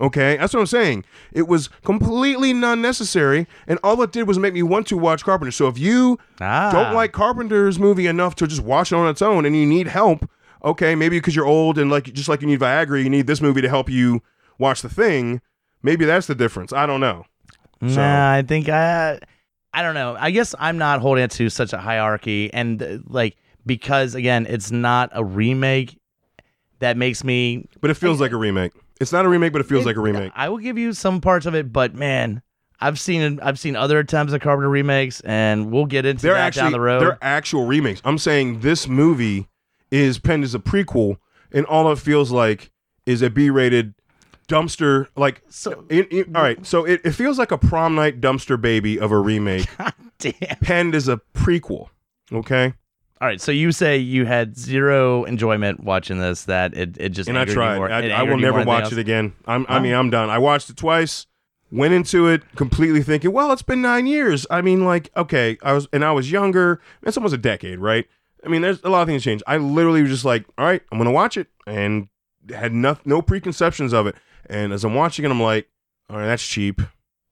Speaker 1: Okay, that's what I'm saying. It was completely non-necessary, and all it did was make me want to watch Carpenter. So if you
Speaker 2: Ah.
Speaker 1: don't like Carpenter's movie enough to just watch it on its own, and you need help, okay, maybe because you're old and like just like you need Viagra, you need this movie to help you watch The Thing. Maybe that's the difference. I don't know. So-
Speaker 2: Nah, I think I, I don't know. I guess I'm not holding it to such a hierarchy, and uh, like because again, it's not a remake. That makes me.
Speaker 1: But it feels like a remake. It's not a remake, but it feels
Speaker 2: It-
Speaker 1: like a remake.
Speaker 2: I will give you some parts of it, but man, I've seen I've seen other attempts at Carpenter remakes, and we'll get into
Speaker 1: they're
Speaker 2: that
Speaker 1: actually
Speaker 2: down the road.
Speaker 1: they're actual remakes. I'm saying this movie is penned as a prequel, and all it feels like is a B-rated dumpster. Like,
Speaker 2: So-
Speaker 1: it- it- all right, so it, it feels like a prom night dumpster baby of a remake
Speaker 2: God damn.
Speaker 1: penned as a prequel. Okay,
Speaker 2: All right, so you say you had zero enjoyment watching this. That it it just
Speaker 1: and I
Speaker 2: angered you
Speaker 1: tried.
Speaker 2: more- it
Speaker 1: I, I
Speaker 2: angered
Speaker 1: will
Speaker 2: you more
Speaker 1: never
Speaker 2: than
Speaker 1: watch
Speaker 2: else.
Speaker 1: it again. I'm, I
Speaker 2: Wow.
Speaker 1: mean, I'm done. I watched it twice. Went into it completely thinking, well, it's been nine years. I mean, like, okay, I was, and I was younger. That's almost a decade, right? I mean, there's a lot of things changed. I literally was just like, all right, I'm gonna watch it, and had no no preconceptions of it. And as I'm watching it, I'm like, all right, that's cheap.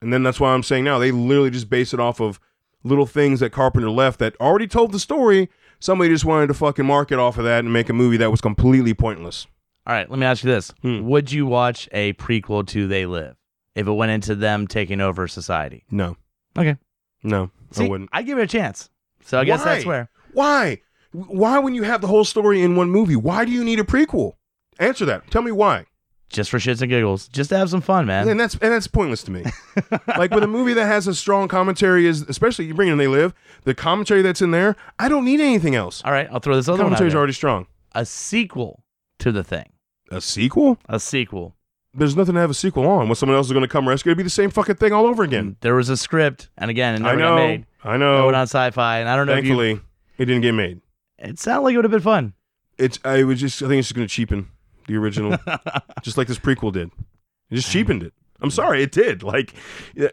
Speaker 1: And then that's why I'm saying now they literally just base it off of little things that Carpenter left that already told the story. Somebody just wanted to fucking market off of that and make a movie that was completely pointless.
Speaker 2: All right, let me ask you this:
Speaker 1: Hmm.
Speaker 2: Would you watch a prequel to They Live if it went into them taking over society?
Speaker 1: No.
Speaker 2: Okay.
Speaker 1: No, I
Speaker 2: See,
Speaker 1: wouldn't.
Speaker 2: I'd give it a chance. So I guess that's
Speaker 1: Why?
Speaker 2: where.
Speaker 1: Why? Why, when you have the whole story in one movie, why do you need a prequel? Answer that. Tell me why.
Speaker 2: Just for shits and giggles, just to have some fun, man.
Speaker 1: And that's and that's pointless to me. like with a movie that has a strong commentary, is especially you bring in They Live, the commentary that's in there. I don't need anything else.
Speaker 2: All right, I'll throw this other one out
Speaker 1: Commentary's
Speaker 2: there.
Speaker 1: already strong.
Speaker 2: a sequel to the thing.
Speaker 1: A sequel?
Speaker 2: A sequel.
Speaker 1: There's nothing to have a sequel on. When someone else is going to come rescue, it'd be the same fucking thing all over again.
Speaker 2: There was a script, and again, it
Speaker 1: I
Speaker 2: never
Speaker 1: know.
Speaker 2: got made.
Speaker 1: I
Speaker 2: It
Speaker 1: know.
Speaker 2: went on sci-fi, and I don't know
Speaker 1: Thankfully, it didn't get made.
Speaker 2: if you. It sounded like it would have been fun.
Speaker 1: It's. I was just. I think it's just going to cheapen the original. just like this prequel did. It just cheapened it. I'm sorry, it did. Like,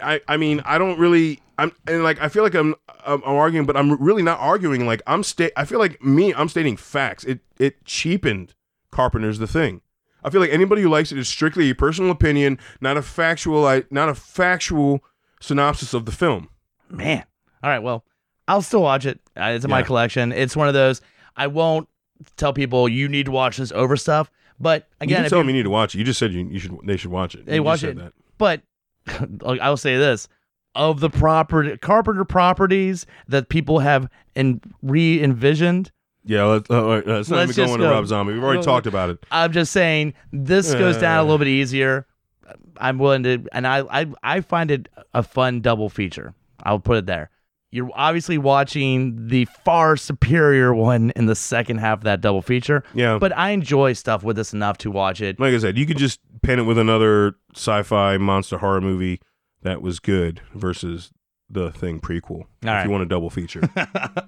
Speaker 1: I, I mean, I don't really, I'm, and like, I feel like I'm, I'm, I'm arguing, but I'm really not arguing. Like, I'm sta- I feel like me, I'm stating facts. It, it cheapened Carpenter's the thing. I feel like anybody who likes it is strictly a personal opinion, not a factual, I, not a factual synopsis of the film.
Speaker 2: Man. All right. Well, I'll still watch it. Uh, It's in my
Speaker 1: Yeah.
Speaker 2: collection. It's one of those. I won't tell people you need to watch this over stuff.
Speaker 1: Again,
Speaker 2: But
Speaker 1: you
Speaker 2: again,
Speaker 1: didn't
Speaker 2: if
Speaker 1: tell
Speaker 2: you
Speaker 1: them you need to watch it. You just said you, you should, they should watch it.
Speaker 2: They
Speaker 1: You just
Speaker 2: watch
Speaker 1: said
Speaker 2: it. But like, I will say this: of the property, Carpenter properties that people have and re envisioned,
Speaker 1: Yeah, let's, uh, all right, let's not
Speaker 2: Let's
Speaker 1: even go
Speaker 2: just
Speaker 1: into
Speaker 2: go.
Speaker 1: Rob Zombie. We've already
Speaker 2: Well,
Speaker 1: talked about it.
Speaker 2: I'm just saying this goes down a
Speaker 1: Uh.
Speaker 2: little bit easier. I'm willing to, and I, I, I find it a fun double feature. I'll put it there. You're obviously watching the far superior one in the second half of that double feature,
Speaker 1: Yeah,
Speaker 2: but I enjoy stuff with this enough to watch it.
Speaker 1: like I said, you could just pin it with another sci-fi monster horror movie that was good versus the Thing prequel. if
Speaker 2: right.
Speaker 1: you want a double feature,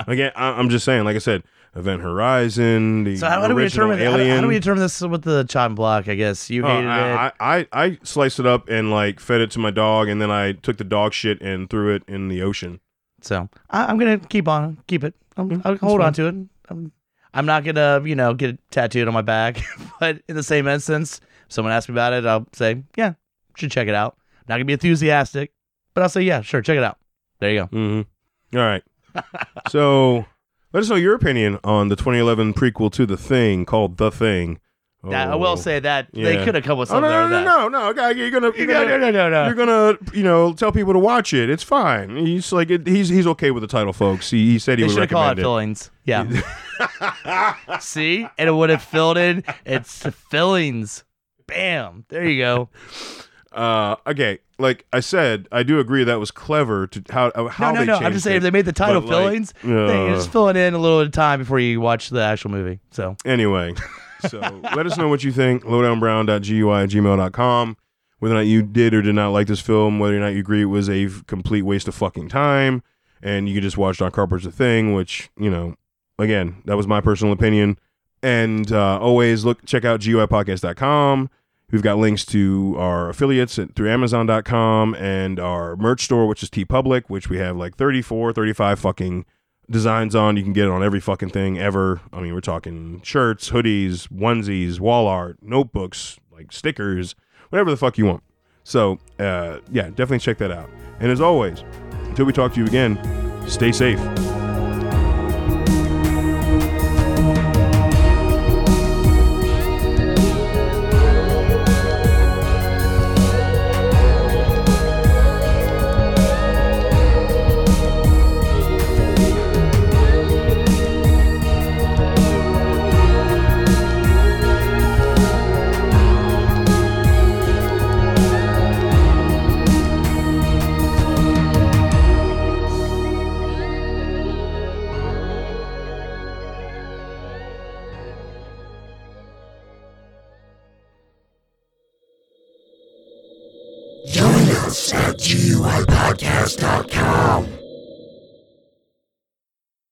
Speaker 1: again, I, I'm just saying. Like I said, Event Horizon, the
Speaker 2: So how do we
Speaker 1: original
Speaker 2: determine? How, do-
Speaker 1: Alien.
Speaker 2: how do we determine this with the chop and block? I guess you
Speaker 1: Oh,
Speaker 2: hated it.
Speaker 1: I, I, I I sliced it up and like fed it to my dog, and then I took the dog shit and threw it in the ocean.
Speaker 2: So I, I'm gonna keep on, keep it. I'm, I'll hold on to it. I'm, I'm not gonna, you know, get it tattooed on my back. but in the same instance, someone asks me about it, I'll say, yeah, should check it out. Not gonna be enthusiastic, but I'll say, yeah, sure, check it out. There you go.
Speaker 1: Mm-hmm. All right. so let us know your opinion on the 2011 prequel to The Thing called The Thing.
Speaker 2: That, I
Speaker 1: Oh.
Speaker 2: will say that they
Speaker 1: Yeah.
Speaker 2: could have come with
Speaker 1: Oh
Speaker 2: something.
Speaker 1: no no
Speaker 2: there
Speaker 1: no no no! Okay, You're gonna
Speaker 2: with
Speaker 1: you're
Speaker 2: that. No,
Speaker 1: gonna,
Speaker 2: no, no, no, no.
Speaker 1: you're gonna you know tell people to watch it. It's fine. He's like it, he's he's okay with the title, folks. He, he said he
Speaker 2: They
Speaker 1: would
Speaker 2: should have
Speaker 1: recommend
Speaker 2: called it
Speaker 1: it.
Speaker 2: fillings. Yeah. See? And it would have filled in. It's fillings. Bam. There you go.
Speaker 1: Uh, okay, like I said, I do agree that was clever to how how
Speaker 2: No, no,
Speaker 1: they
Speaker 2: no.
Speaker 1: changed
Speaker 2: I'm just saying,
Speaker 1: it.
Speaker 2: if they made the title
Speaker 1: But, like,
Speaker 2: fillings, they
Speaker 1: uh,
Speaker 2: just filling in a little at a time before you watch the actual movie. So
Speaker 1: Anyway, so let us know what you think. Lowdownbrown.gui at gmail.com. Whether or not you did or did not like this film, whether or not you agree it was a f- complete waste of fucking time, and you could just watch Don Carpenter's The Thing, which, you know, again, that was my personal opinion. And uh, always look, check out GUIpodcast.com. We've got links to our affiliates at, through Amazon.com and our merch store, which is T Public, which we have like 34, 35 fucking designs on. You can get it on every fucking thing ever. I mean, we're talking shirts, hoodies, onesies, wall art, notebooks, like stickers, whatever the fuck you want. So, uh, yeah, definitely check that out. And as always, until we talk to you again, stay safe.
Speaker 3: Join us at GUIPodcast.com.